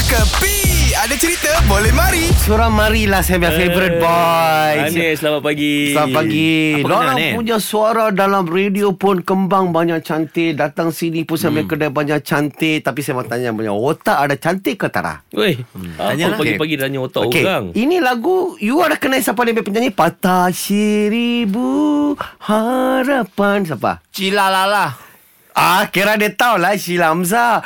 Kepi Ada cerita boleh mari Seorang marilah saya punya favourite boy. Amir, selamat pagi. Selamat pagi. Eh, Apa Dalam kenal, punya suara dalam radio pun kembang banyak cantik. Datang sini pun saya punya Hmm. kedai banyak cantik. Tapi saya mau tanya punya otak ada cantik ke tak? lah? Weh, apa Tanyalah. pagi-pagi tanya otak Okey, orang? Ini lagu You ada kenal siapa dia punya penyanyi Patah Seribu Harapan Siapa? Cilalala Ah, kira dia tahu lah Sheila Hamzah.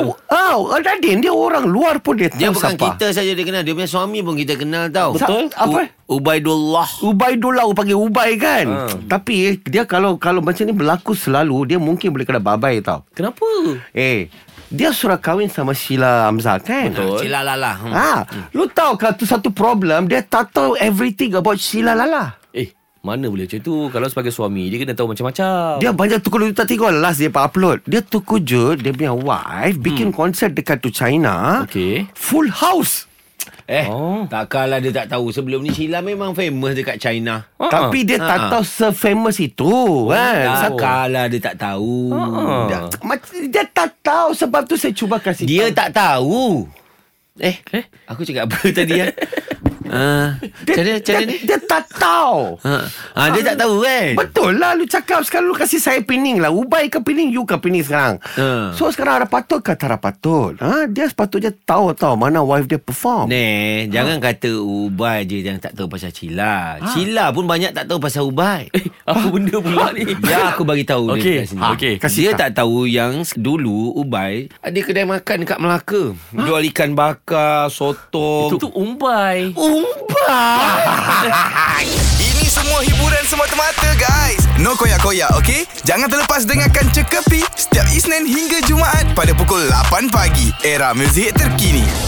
Dia, oh, Radin, dia orang luar pun dia tahu Dia bukan siapa. kita saja dia kenal Dia punya suami pun kita kenal tau Sa- apa? U- Ubaidullah Ubaidullah panggil Ubay Ha. kan. Tapi eh, dia kalau kalau macam ni berlaku selalu, dia mungkin boleh kena babai tau. Kenapa? Ah, Eh, dia surah kahwin sama Sheila Hamzah kan? Cilalala hmm. Ha, lu tahu kan tu satu problem dia tak tahu everything about Sheila Lala. Eh, mana boleh macam tu? Kalau sebagai suami, dia kena tahu macam-macam. Dia banyak tukar luta tiga last dia upload. Dia tu kujut dia punya wife bikin Hmm. konsert dekat tu China. Okey. Full house. Eh oh. Oh. Takkanlah dia tak tahu Sebelum ni Sheila memang famous dekat China Ha-ha. Tapi dia tak Ha-ha. tahu se-famous itu Eh, kan. Sat- Takkanlah dia tak tahu Oh. Ha-ha. Dia, mac- dia tak tahu sebab tu saya cuba kasih Ha. Dia tak tahu Eh, eh? Aku cakap apa tadi ya? Ah, macam mana, macam mana ni? Dia tak tahu Ha, ha, dia tak tahu kan? Betul lah Lu cakap sekarang Lu kasih saya pening lah Ubai ke pening You ke pening sekarang Ha. So sekarang ada patut ke Tak ada patut ha? Dia sepatutnya tahu tau Mana wife dia perform Neh, jangan kata Ubay je yang tak tahu pasal Cila. Ha. Cila pun banyak tak tahu pasal Ubay. Eh, apa benda pula ni? Ya aku bagi tahu Okey, dia dekat sini. ha, okey. Kasih dia tak tahu yang s- dulu Ubay ada kedai makan dekat Melaka. Jual ikan bakar, sotong. Itu umbai. Ubay. Ini semua hiburan semata-mata guys No koyak-koyak ok Jangan terlepas dengarkan Cekapi Setiap Isnin hingga Jumaat Pada pukul 8 pagi Era muzik terkini